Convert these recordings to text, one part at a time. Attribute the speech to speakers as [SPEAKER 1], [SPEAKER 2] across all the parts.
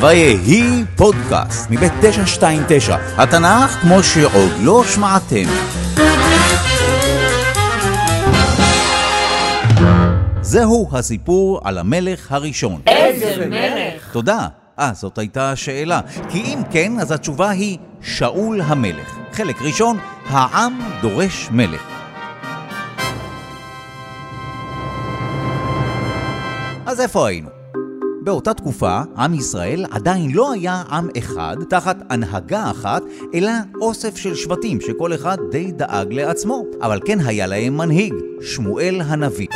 [SPEAKER 1] ויהי פודקאסט מבית 929, התנ"ך כמו שעוד לא שמעתם. זהו הסיפור על המלך הראשון.
[SPEAKER 2] איזה מלך!
[SPEAKER 1] תודה. אה, זאת הייתה השאלה. כי אם כן, אז התשובה היא שאול המלך. חלק ראשון, העם דורש מלך. אז איפה היינו? באותה תקופה, עם ישראל עדיין לא היה עם אחד תחת הנהגה אחת, אלא אוסף של שבטים שכל אחד די דאג לעצמו. אבל כן היה להם מנהיג, שמואל הנביא.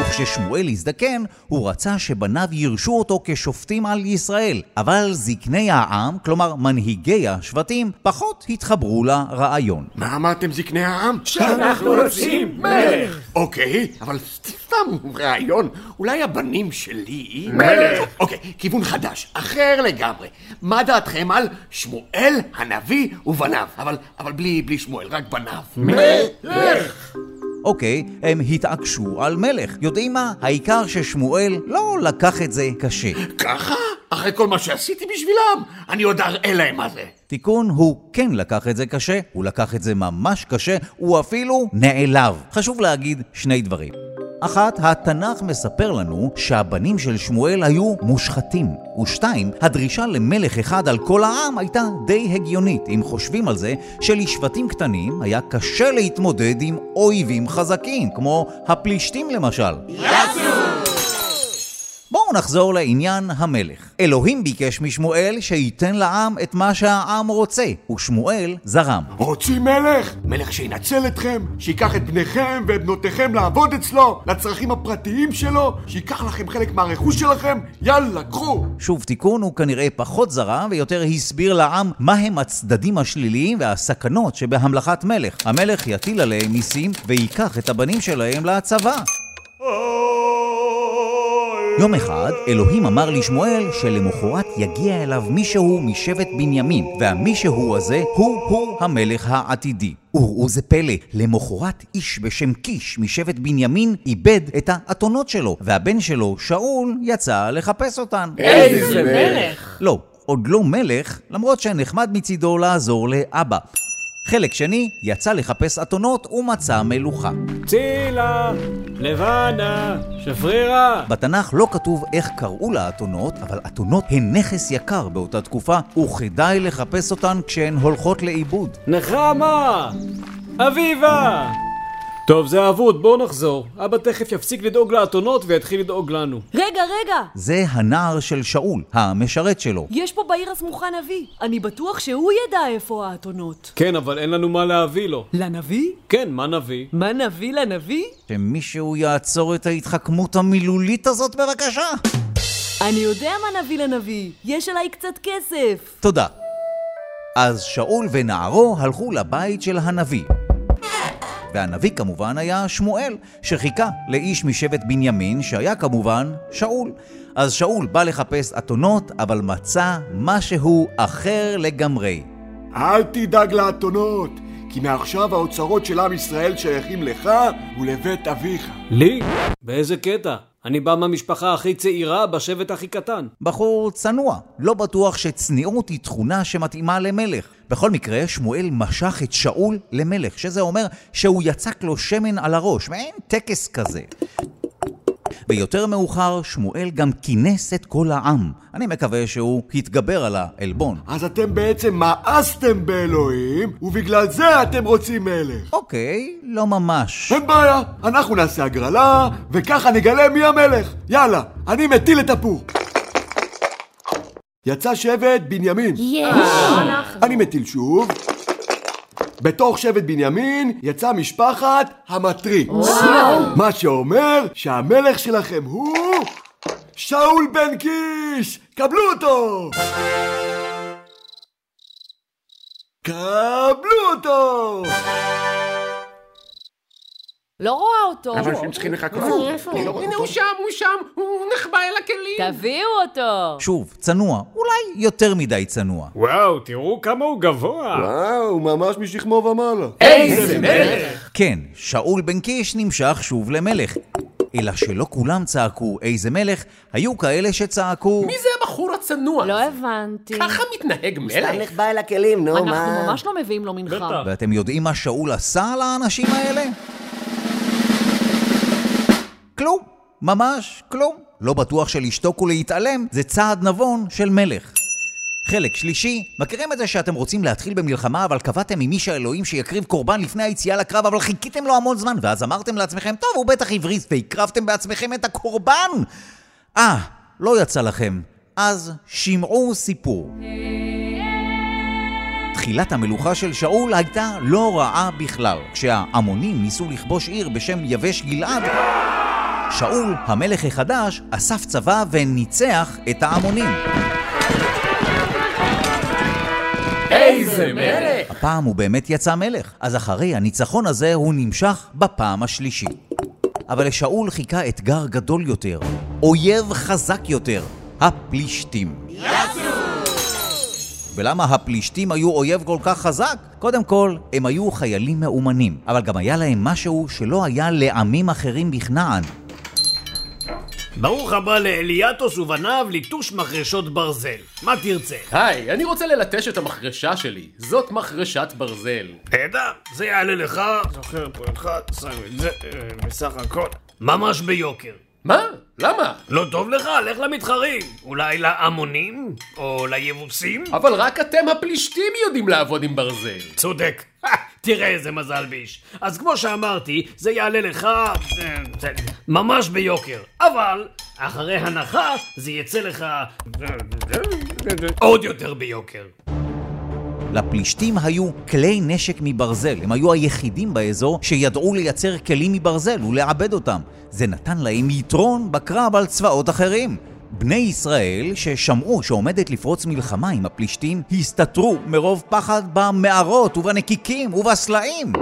[SPEAKER 1] וכששמואל הזדקן, הוא רצה שבניו יירשו אותו כשופטים על ישראל. אבל זקני העם, כלומר מנהיגי השבטים, פחות התחברו לרעיון.
[SPEAKER 3] מה אמרתם זקני העם?
[SPEAKER 2] שאנחנו רוצים מלך!
[SPEAKER 3] אוקיי, אבל סתם רעיון, אולי הבנים שלי...
[SPEAKER 2] מלך!
[SPEAKER 3] אוקיי, כיוון חדש, אחר לגמרי. מה דעתכם על שמואל הנביא ובניו? אבל, אבל בלי, בלי שמואל, רק בניו.
[SPEAKER 2] מלך!
[SPEAKER 1] אוקיי, הם התעקשו על מלך. יודעים מה? העיקר ששמואל לא לקח את זה קשה.
[SPEAKER 3] ככה? אחרי כל מה שעשיתי בשבילם, אני עוד אראה להם מה זה.
[SPEAKER 1] תיקון, הוא כן לקח את זה קשה, הוא לקח את זה ממש קשה, הוא אפילו נעלב. חשוב להגיד שני דברים. אחת, התנ"ך מספר לנו שהבנים של שמואל היו מושחתים. ושתיים, הדרישה למלך אחד על כל העם הייתה די הגיונית, אם חושבים על זה שלשבטים קטנים היה קשה להתמודד עם אויבים חזקים, כמו הפלישתים למשל. בואו נחזור לעניין המלך. אלוהים ביקש משמואל שייתן לעם את מה שהעם רוצה, ושמואל זרם.
[SPEAKER 3] רוצים מלך? מלך שינצל אתכם, שייקח את בניכם ואת בנותיכם לעבוד אצלו, לצרכים הפרטיים שלו, שייקח לכם חלק מהרכוש שלכם, יאללה, קחו!
[SPEAKER 1] שוב תיקון, הוא כנראה פחות זרם ויותר הסביר לעם מהם הצדדים השליליים והסכנות שבהמלכת מלך. המלך יטיל עליהם מיסים וייקח את הבנים שלהם לצבא. יום אחד, אלוהים אמר לשמואל שלמחרת יגיע אליו מישהו משבט בנימין, והמישהו הזה הוא-הוא המלך העתידי. וראו זה פלא, למחרת איש בשם קיש משבט בנימין איבד את האתונות שלו, והבן שלו, שאול, יצא לחפש אותן.
[SPEAKER 2] איזה מלך!
[SPEAKER 1] לא, עוד לא מלך, למרות שנחמד מצידו לעזור לאבא. חלק שני, יצא לחפש אתונות ומצא מלוכה.
[SPEAKER 4] צילה, לבנה, שפרירה.
[SPEAKER 1] בתנ"ך לא כתוב איך קראו לאתונות, אבל אתונות הן נכס יקר באותה תקופה, וכדאי לחפש אותן כשהן הולכות לאיבוד.
[SPEAKER 4] נחמה! אביבה! טוב, זה אבוד, בואו נחזור. אבא תכף יפסיק לדאוג לאתונות ויתחיל לדאוג לנו.
[SPEAKER 5] רגע, רגע!
[SPEAKER 1] זה הנער של שאול, המשרת שלו.
[SPEAKER 5] יש פה בעיר הסמוכה נביא. אני בטוח שהוא ידע איפה האתונות.
[SPEAKER 4] כן, אבל אין לנו מה להביא לו.
[SPEAKER 5] לנביא?
[SPEAKER 4] כן, מה נביא?
[SPEAKER 5] מה נביא לנביא?
[SPEAKER 1] שמישהו יעצור את ההתחכמות המילולית הזאת בבקשה!
[SPEAKER 5] אני יודע מה נביא לנביא. יש עליי קצת כסף.
[SPEAKER 1] תודה. אז שאול ונערו הלכו לבית של הנביא. והנביא כמובן היה שמואל, שחיכה לאיש משבט בנימין, שהיה כמובן שאול. אז שאול בא לחפש אתונות, אבל מצא משהו אחר לגמרי.
[SPEAKER 3] אל תדאג לאתונות, כי מעכשיו האוצרות של עם ישראל שייכים לך ולבית אביך.
[SPEAKER 4] לי? באיזה קטע? אני בא מהמשפחה הכי צעירה בשבט הכי קטן.
[SPEAKER 1] בחור צנוע, לא בטוח שצניעות היא תכונה שמתאימה למלך. בכל מקרה, שמואל משך את שאול למלך, שזה אומר שהוא יצק לו שמן על הראש, מעין טקס כזה. ויותר מאוחר, שמואל גם כינס את כל העם. אני מקווה שהוא התגבר על העלבון.
[SPEAKER 3] אז אתם בעצם מאסתם באלוהים, ובגלל זה אתם רוצים מלך.
[SPEAKER 1] אוקיי, לא ממש.
[SPEAKER 3] אין בעיה, אנחנו נעשה הגרלה, וככה נגלה מי המלך. יאללה, אני מטיל את הפור. יצא שבט בנימין. אה, אני מטיל שוב. בתוך שבט בנימין יצאה משפחת המטרי. מה שאומר שהמלך שלכם הוא... שאול בן קיש! קבלו אותו! קבלו אותו!
[SPEAKER 5] לא רואה אותו.
[SPEAKER 3] צריכים לחכות.
[SPEAKER 6] הנה הוא שם, הוא שם, הוא נחבא אל הכלים.
[SPEAKER 5] תביאו אותו.
[SPEAKER 1] שוב, צנוע, אולי יותר מדי צנוע.
[SPEAKER 4] וואו, תראו כמה הוא גבוה.
[SPEAKER 3] וואו, אה, ממש משכמו ומעלה.
[SPEAKER 2] איזה מלך!
[SPEAKER 1] כן, שאול בן קיש נמשך שוב למלך. אלא שלא כולם צעקו איזה מלך, היו כאלה שצעקו...
[SPEAKER 6] מי זה הבחור הצנוע?
[SPEAKER 5] לא
[SPEAKER 6] הזה?
[SPEAKER 5] הבנתי.
[SPEAKER 6] ככה מתנהג
[SPEAKER 7] סתם
[SPEAKER 6] מלך?
[SPEAKER 7] נחבא אל הכלים, נו, מה?
[SPEAKER 5] אנחנו ממש לא מביאים לו מנחה.
[SPEAKER 4] בטח.
[SPEAKER 1] ואתם יודעים מה שאול עשה לאנשים האלה? כלום. ממש כלום. לא בטוח שלשתוק ולהתעלם זה צעד נבון של מלך. חלק שלישי, מכירים את זה שאתם רוצים להתחיל במלחמה, אבל קבעתם עם איש האלוהים שיקריב קורבן לפני היציאה לקרב, אבל חיכיתם לו המון זמן, ואז אמרתם לעצמכם, טוב, הוא בטח הבריז, והקרבתם בעצמכם את הקורבן! אה, לא יצא לכם. אז שמעו סיפור. תחילת המלוכה של שאול הייתה לא רעה בכלל. כשהעמונים ניסו לכבוש עיר בשם יבש גלעד, שאול, המלך החדש, אסף צבא וניצח את העמונים.
[SPEAKER 6] איזה מלך!
[SPEAKER 1] הפעם הוא באמת יצא מלך, אז אחרי הניצחון הזה הוא נמשך בפעם השלישית. אבל לשאול חיכה אתגר גדול יותר, אויב חזק יותר, הפלישתים. יאסו! ולמה הפלישתים היו אויב כל כך חזק? קודם כל, הם היו חיילים מאומנים, אבל גם היה להם משהו שלא היה לעמים אחרים בכנען.
[SPEAKER 8] ברוך הבא לאליאטוס ובניו ליטוש מחרשות ברזל. מה תרצה?
[SPEAKER 6] היי, אני רוצה ללטש את המחרשה שלי. זאת מחרשת ברזל.
[SPEAKER 8] נהדר, זה יעלה לך
[SPEAKER 9] זוכר פועלך, שם את זה, אה, בסך הכל.
[SPEAKER 8] ממש ביוקר.
[SPEAKER 6] מה? למה?
[SPEAKER 8] לא טוב לך? לך למתחרים. אולי לעמונים? או ליבוסים?
[SPEAKER 6] אבל רק אתם הפלישתים יודעים לעבוד עם ברזל.
[SPEAKER 8] צודק.
[SPEAKER 4] אה,
[SPEAKER 8] תראה איזה מזל ביש. אז כמו שאמרתי, זה יעלה לך אה, זה, ממש ביוקר. אבל אחרי הנחה זה יצא לך אה, אה, עוד יותר ביוקר.
[SPEAKER 1] לפלישתים היו כלי נשק מברזל, הם היו היחידים באזור שידעו לייצר כלים מברזל ולעבד אותם. זה נתן להם יתרון בקרב על צבאות אחרים. בני ישראל, ששמעו שעומדת לפרוץ מלחמה עם הפלישתים, הסתתרו מרוב פחד במערות ובנקיקים ובסלעים.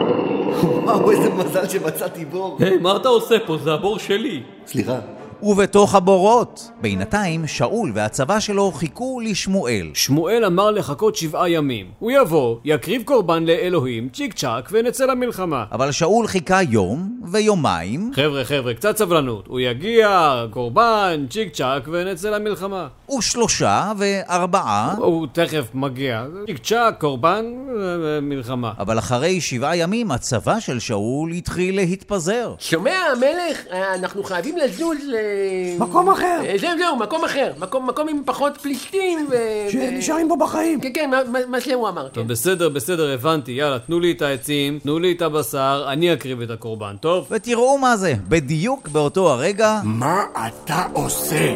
[SPEAKER 7] וואו, איזה מזל שמצאתי בור.
[SPEAKER 10] היי, מה אתה עושה פה? זה הבור שלי.
[SPEAKER 7] סליחה.
[SPEAKER 1] ובתוך הבורות. בינתיים, שאול והצבא שלו חיכו לשמואל.
[SPEAKER 4] שמואל אמר לחכות שבעה ימים. הוא יבוא, יקריב קורבן לאלוהים, צ'יק צ'אק, ונצא למלחמה.
[SPEAKER 1] אבל שאול חיכה יום ויומיים,
[SPEAKER 4] חבר'ה, חבר'ה, קצת סבלנות. הוא יגיע, קורבן, צ'יק צ'אק, ונצא למלחמה.
[SPEAKER 1] ושלושה וארבעה,
[SPEAKER 4] הוא תכף מגיע. צ'יק צ'אק, קורבן, אה, אה, מלחמה.
[SPEAKER 1] אבל אחרי שבעה ימים הצבא של שאול התחיל להתפזר.
[SPEAKER 6] שומע, המלך? אה, אנחנו חייבים לזוז ל...
[SPEAKER 7] מקום אחר.
[SPEAKER 6] אה, זהו, זהו, מקום אחר. מקום מקום עם פחות פלישתים ו...
[SPEAKER 7] שנשארים בו בחיים.
[SPEAKER 6] כן, כן, מה- מה- מה שהוא אמר. כן.
[SPEAKER 4] טוב, בסדר, בסדר, הבנתי. יאללה, תנו לי את העצים, תנו לי את הבשר, אני אקריב את הקורבן, טוב?
[SPEAKER 1] ותראו מה זה, בדיוק באותו הרגע,
[SPEAKER 3] מה אתה עושה?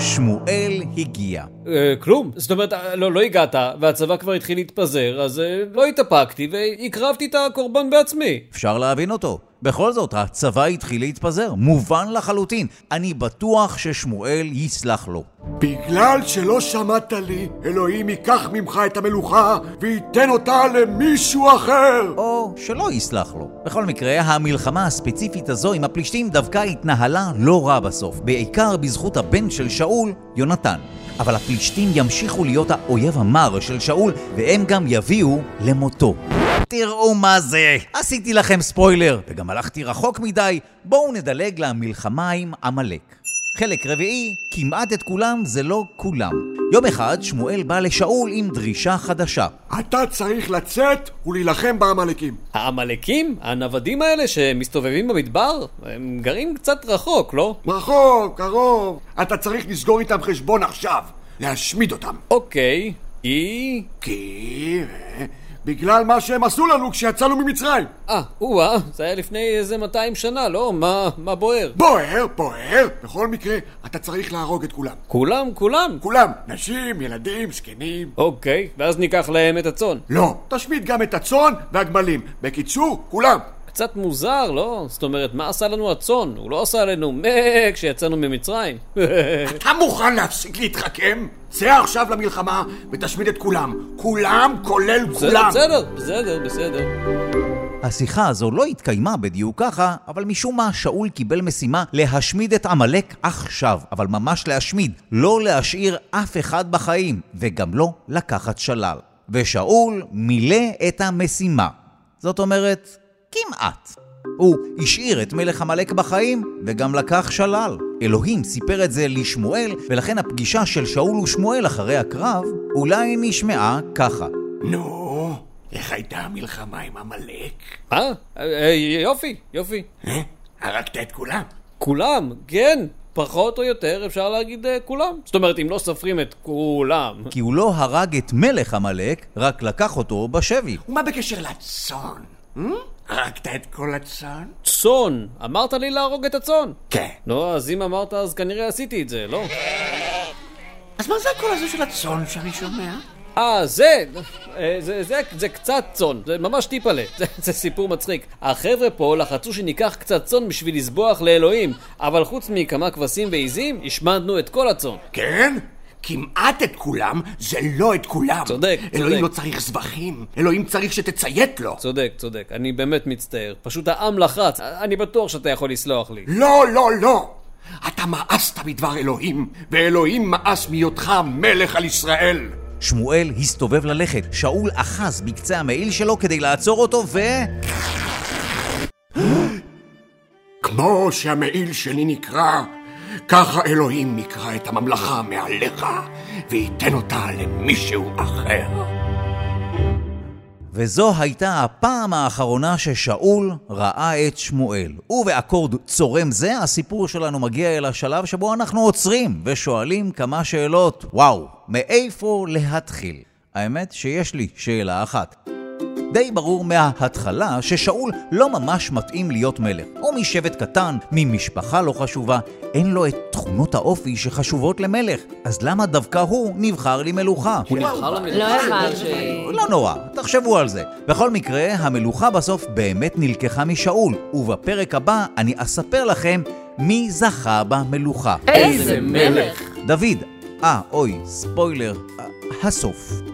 [SPEAKER 1] שמואל הגיע.
[SPEAKER 4] אה, כלום. זאת אומרת, אה, לא, לא הגעת, והצבא כבר התחיל להתפזר, אז אה, לא התאפקתי, והקרבתי את הקורבן בעצמי.
[SPEAKER 1] אפשר להבין אותו. בכל זאת, הצבא התחיל להתפזר, מובן לחלוטין. אני בטוח ששמואל יסלח לו.
[SPEAKER 3] בגלל שלא שמעת לי, אלוהים ייקח ממך את המלוכה וייתן אותה למישהו אחר!
[SPEAKER 1] או שלא יסלח לו. בכל מקרה, המלחמה הספציפית הזו עם הפלישתים דווקא התנהלה לא רע בסוף, בעיקר בזכות הבן של שאול, יונתן. אבל הפלישתים ימשיכו להיות האויב המר של שאול, והם גם יביאו למותו. תראו מה זה! עשיתי לכם ספוילר, וגם הלכתי רחוק מדי, בואו נדלג למלחמה עם עמלק. חלק רביעי, כמעט את כולם זה לא כולם. יום אחד שמואל בא לשאול עם דרישה חדשה.
[SPEAKER 3] אתה צריך לצאת ולהילחם בעמלקים.
[SPEAKER 4] העמלקים? הנוודים האלה שמסתובבים במדבר? הם גרים קצת רחוק, לא?
[SPEAKER 3] רחוק, קרוב. אתה צריך לסגור איתם חשבון עכשיו. להשמיד אותם.
[SPEAKER 4] אוקיי, כי...
[SPEAKER 3] כי... אה, בגלל מה שהם עשו לנו כשיצאנו ממצרים.
[SPEAKER 4] אה, או-אה, זה היה לפני איזה 200 שנה, לא? מה, מה בוער?
[SPEAKER 3] בוער, בוער. בכל מקרה, אתה צריך להרוג את כולם.
[SPEAKER 4] כולם, כולם.
[SPEAKER 3] כולם. נשים, ילדים, זקנים.
[SPEAKER 4] אוקיי, ואז ניקח להם את הצאן.
[SPEAKER 3] לא. תשמיד גם את הצאן והגמלים. בקיצור, כולם.
[SPEAKER 4] קצת מוזר, לא? זאת אומרת, מה עשה לנו הצאן? הוא לא עשה עלינו מה כשיצאנו ממצרים.
[SPEAKER 3] אתה מוכן להפסיק להתחכם? צא עכשיו למלחמה ותשמיד את כולם. כולם, כולל
[SPEAKER 4] בסדר,
[SPEAKER 3] כולם.
[SPEAKER 4] בסדר, בסדר, בסדר.
[SPEAKER 1] השיחה הזו לא התקיימה בדיוק ככה, אבל משום מה שאול קיבל משימה להשמיד את עמלק עכשיו, אבל ממש להשמיד, לא להשאיר אף אחד בחיים, וגם לא לקחת שלל. ושאול מילא את המשימה. זאת אומרת, כמעט. הוא השאיר את מלך עמלק בחיים וגם לקח שלל. אלוהים סיפר את זה לשמואל, ולכן הפגישה של שאול ושמואל אחרי הקרב אולי נשמעה ככה.
[SPEAKER 3] נו, איך הייתה המלחמה עם עמלק? אה?
[SPEAKER 4] אה? אה, יופי, יופי.
[SPEAKER 3] הרגת את כולם.
[SPEAKER 4] כולם, כן. פחות או יותר אפשר להגיד אה, כולם. זאת אומרת, אם לא סופרים את כולם.
[SPEAKER 1] כי הוא לא הרג את מלך עמלק, רק לקח אותו בשבי.
[SPEAKER 3] ומה בקשר לצאן? אה? הרגת את כל הצאן?
[SPEAKER 4] צאן. אמרת לי להרוג את הצאן.
[SPEAKER 3] כן.
[SPEAKER 4] נו, אז אם אמרת, אז כנראה עשיתי את זה, לא?
[SPEAKER 3] אז מה זה הקול הזה של הצאן שאני שומע?
[SPEAKER 4] אה, זה, אה, זה, זה, זה קצת צאן, זה ממש טיפלה, זה, זה סיפור מצחיק. החבר'ה פה לחצו שניקח קצת צאן בשביל לסבוח לאלוהים, אבל חוץ מכמה כבשים ועיזים, השמדנו את כל הצאן.
[SPEAKER 3] כן? כמעט את כולם, זה לא את כולם.
[SPEAKER 4] צודק, צודק.
[SPEAKER 3] אלוהים לא צריך זבחים, אלוהים צריך שתציית לו.
[SPEAKER 4] צודק, צודק, אני באמת מצטער. פשוט העם לחץ, אני בטוח שאתה יכול לסלוח לי.
[SPEAKER 3] לא, לא, לא! אתה מאסת מדבר אלוהים, ואלוהים מאס מהיותך מלך על ישראל.
[SPEAKER 1] שמואל הסתובב ללכת, שאול אחז בקצה המעיל שלו כדי לעצור אותו, ו...
[SPEAKER 3] כמו שהמעיל שלי נקרע, ככה אלוהים יקרא את הממלכה מעליך, וייתן אותה למישהו אחר.
[SPEAKER 1] וזו הייתה הפעם האחרונה ששאול ראה את שמואל. ובאקורד צורם זה, הסיפור שלנו מגיע אל השלב שבו אנחנו עוצרים ושואלים כמה שאלות. וואו, מאיפה להתחיל? האמת שיש לי שאלה אחת. די ברור מההתחלה ששאול לא ממש מתאים להיות מלך. הוא משבט קטן, ממשפחה לא חשובה, אין לו את תכונות האופי שחשובות למלך. אז למה דווקא הוא נבחר למלוכה? הוא
[SPEAKER 4] נבחר למלוכה.
[SPEAKER 2] לא הבנתי.
[SPEAKER 1] לא נורא, תחשבו על זה. בכל מקרה, המלוכה בסוף באמת נלקחה משאול, ובפרק הבא אני אספר לכם מי זכה במלוכה.
[SPEAKER 5] אה?
[SPEAKER 2] איזה מלך.
[SPEAKER 1] דוד, אה, אוי, ספוילר, אה, הסוף.